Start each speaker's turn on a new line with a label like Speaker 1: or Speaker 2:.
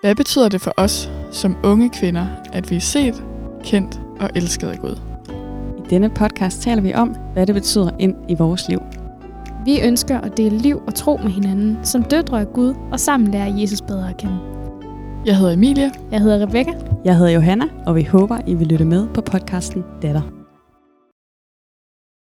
Speaker 1: Hvad betyder det for os som unge kvinder, at vi er set, kendt og elsket af Gud?
Speaker 2: I denne podcast taler vi om, hvad det betyder ind i vores liv.
Speaker 3: Vi ønsker at dele liv og tro med hinanden som døtre af Gud og sammen lære Jesus bedre at kende.
Speaker 1: Jeg hedder Emilie.
Speaker 3: Jeg hedder Rebecca.
Speaker 2: Jeg hedder Johanna, og vi håber, I vil lytte med på podcasten Datter.